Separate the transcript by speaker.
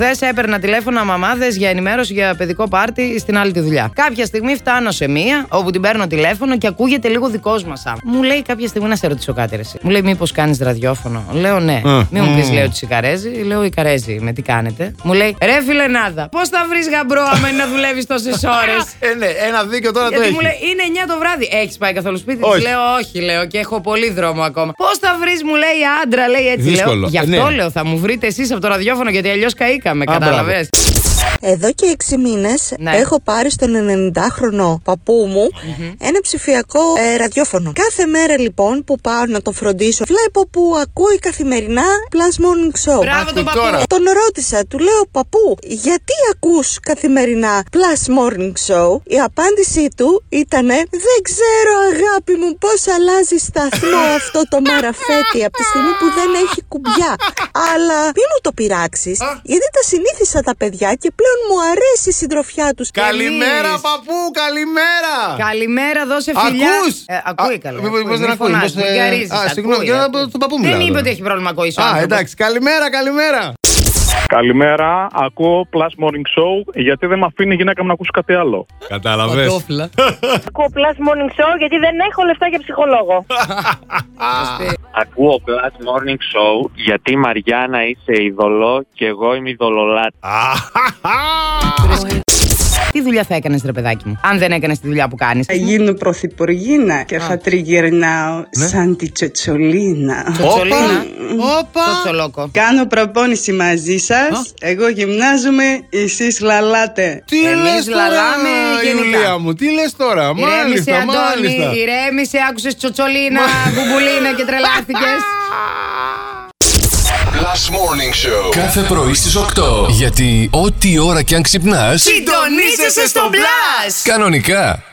Speaker 1: Χθες έπαιρνα τηλέφωνα μαμάδε για ενημέρωση για παιδικό πάρτι στην άλλη τη δουλειά. Κάποια στιγμή φτάνω σε μία, όπου την παίρνω τηλέφωνο και ακούγεται λίγο δικός μας άμα. Μου λέει κάποια στιγμή να σε ρωτήσω κάτι. Ρε, εσύ. Μου λέει, Μήπως κάνεις ραδιόφωνο. Λέω ναι.
Speaker 2: Ε,
Speaker 1: Μην μου πει,
Speaker 2: μ.
Speaker 1: λέω της Ικαρέζη. Λέω Ικαρέζη, με τι κάνετε. Μου λέει, Ρε φιλενάδα, πώς θα βρεις γαμπρό άμα είναι να δουλεύεις τόσες ώρες.
Speaker 2: Ε, ναι, ένα δίκιο τώρα το
Speaker 1: Γιατί
Speaker 2: έχει.
Speaker 1: μου λέει είναι 9 το βράδυ. Έχεις πάει καθόλου σπίτι. Της
Speaker 2: Όχι.
Speaker 1: Λέω όχι, λέω και έχω πολύ δρόμο ακόμα. Πώς θα βρεις, μου λέει άντρα, λέει έτσι. Λέω.
Speaker 2: Δύσκολο.
Speaker 1: Γι' αυτό
Speaker 2: Ναι.
Speaker 1: λέω θα μου βρείτε εσείς από το ραδιόφωνο γιατί αλλιώς καήκαμε.
Speaker 2: Α,
Speaker 1: Κατάλαβες.
Speaker 3: Εδώ και 6 μήνες
Speaker 1: Ναι.
Speaker 3: έχω πάρει στον 90χρονο παππού μου ένα ψηφιακό ε, ραδιόφωνο. Κάθε μέρα λοιπόν που πάω να τον φροντίσω, βλέπω που ακούει καθημερινά Plus Morning Show.
Speaker 1: Μπράβο τον παππού.
Speaker 2: τώρα.
Speaker 3: Τον ρώτησα, του λέω παππού, γιατί ακούς καθημερινά Plus Morning Show. Η απάντησή του ήταν Δεν ξέρω αγάπη μου πώς αλλάζει σταθμό αυτό το μαραφέτη από τη στιγμή που δεν έχει κουμπιά. Αλλά μη μου το πειράξεις, γιατί τα συνήθισα τα παιδιά και πλέον μου αρέσει η συντροφιά τους.
Speaker 2: Καλημέρα,
Speaker 1: εμείς.
Speaker 2: παππού, καλημέρα.
Speaker 1: Καλημέρα, δώσε φιλιά.
Speaker 2: Ακούς!
Speaker 1: Ε, ακούει
Speaker 2: Α,
Speaker 1: καλά.
Speaker 2: μήπως- μήπως
Speaker 1: Μη
Speaker 2: δεν ακούει,
Speaker 1: φωνάζεις,
Speaker 2: μήπως,
Speaker 1: μη
Speaker 2: ε,
Speaker 1: γαρίζεις,
Speaker 2: α,
Speaker 1: ακούει,
Speaker 2: συγγνώμη, και να
Speaker 1: ακούει.
Speaker 2: πω στον παππού μου
Speaker 1: Δεν
Speaker 2: λέω
Speaker 1: είπε
Speaker 2: τώρα.
Speaker 1: ότι έχει πρόβλημα ακοή.
Speaker 2: Α, εντάξει, καλημέρα, καλημέρα.
Speaker 4: Καλημέρα, ακούω Plus Morning Show γιατί δεν με αφήνει η γυναίκα μου να ακούσει κάτι άλλο.
Speaker 2: Κατάλαβες.
Speaker 5: Ακούω Plus Morning Show γιατί δεν έχω λεφτά για ψυχολόγο.
Speaker 6: Ακούω Plus Morning Show γιατί η Μαριάννα είσαι ειδωλό και εγώ είμαι ειδωλολάτη.
Speaker 1: Τι δουλειά θα έκανες, ρε παιδάκι μου, αν δεν έκανες τη δουλειά που κάνεις.
Speaker 7: Θα γίνω πρωθυπουργίνα και θα τριγυρνάω σαν τη Τσοτσολίνα.
Speaker 1: Τσοτσολίνα.
Speaker 2: Όπα.
Speaker 1: Τσοτσολόκο.
Speaker 7: Κάνω προπόνηση μαζί σας. Εγώ γυμνάζομαι, εσείς λαλάτε.
Speaker 2: Τι
Speaker 1: Εμείς
Speaker 2: λες
Speaker 1: λαλάμε
Speaker 2: τώρα,
Speaker 1: γενικά.
Speaker 2: Ιουλία μου, τι λες τώρα.
Speaker 1: Ηρέμησε,
Speaker 2: Μάλιστα, μάλιστα.
Speaker 1: Αντώνη, ηρέμησε, άκουσες τσοτσολίνα, μπουμπουλίνα και τρελάθηκες.
Speaker 8: Last Morning Show.
Speaker 9: Κάθε πρωί στις 8. Γιατί ό,τι ώρα κι αν ξυπνάς,
Speaker 1: Συντονίζεσαι στο μπλα!
Speaker 9: κανονικά.